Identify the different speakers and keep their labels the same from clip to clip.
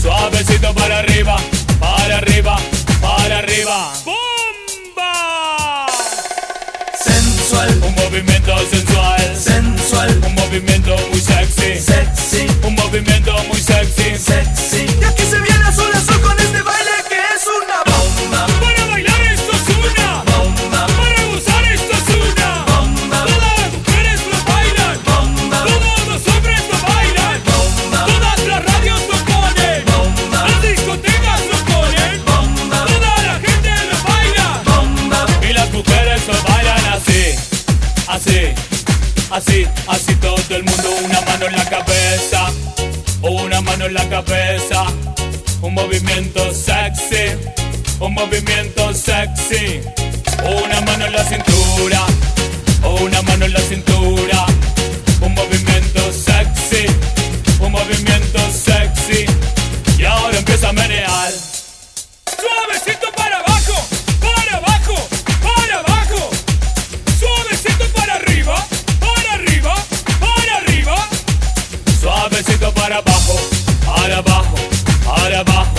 Speaker 1: Suavecito para arriba, para arriba, para arriba. ¡Bomba!
Speaker 2: Sensual,
Speaker 1: Un movimiento sensual,
Speaker 2: sensual,
Speaker 1: un movimiento muy sexy,
Speaker 2: sexy,
Speaker 1: un movimiento muy sexy.
Speaker 2: sexy. Y aquí se viene azul azul con este baile que es una bomba,
Speaker 1: Para bailar esto es una,
Speaker 2: bomba,
Speaker 1: para gozar esto es una.
Speaker 2: Bomba.
Speaker 1: Todas las mujeres lo bailan,
Speaker 2: bomba,
Speaker 1: todos los hombres lo bailan,
Speaker 2: bomba,
Speaker 1: todas las radios lo ponen,
Speaker 2: bomba,
Speaker 1: las discotecas lo ponen,
Speaker 2: bomba,
Speaker 1: toda la gente lo baila.
Speaker 2: bomba.
Speaker 1: Y las mujeres lo bailan así, así, así, así todo el mundo. Una mano en la cabeza, una mano en la cabeza. Un movimiento sexy, un movimiento sexy. Una mano en la cintura, una mano en la cintura. Un movimiento sexy, un movimiento sexy. Y ahora empieza a menear. Suavecito para abajo, para abajo, para abajo. Suavecito para arriba, para arriba, para arriba. Suavecito para abajo, para abajo, para abajo.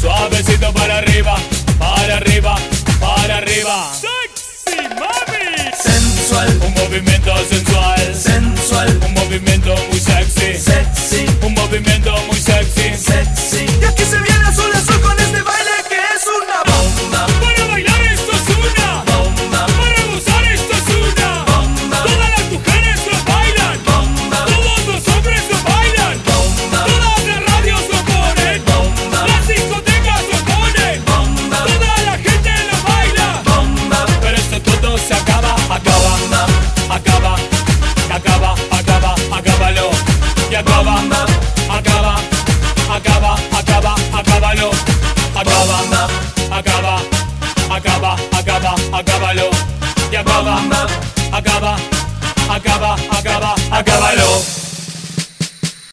Speaker 1: Suavecito para arriba, para arriba, para arriba. Sexy mami.
Speaker 2: Sensual,
Speaker 1: Un movimiento sensual,
Speaker 2: sensual,
Speaker 1: un movimiento muy sexy,
Speaker 2: sexy,
Speaker 1: un movimiento muy sexy.
Speaker 2: sexy. Y aquí se viene azul azul con este baile que es una bomba,
Speaker 1: Para bailar esto es una.
Speaker 2: bomba,
Speaker 1: Para gozar esto es una
Speaker 2: Bomba.
Speaker 1: Todas las mujeres lo bailan
Speaker 2: bomba,
Speaker 1: Todos los hombres lo bailan
Speaker 2: bomba,
Speaker 1: Todas las radios lo ponen
Speaker 2: Bomba.
Speaker 1: Las discotecas lo ponen
Speaker 2: bomba,
Speaker 1: Toda la gente lo baila
Speaker 2: bomba,
Speaker 1: Pero esto todo se acaba, acaba
Speaker 2: bomba,
Speaker 1: Acaba, acaba, acaba, acábalo Y acaba, acaba, acaba, acaba, acábalo Acaba, acaba, acaba, acaba, acábalo Y acaba, acaba, acaba, acaba, acábalo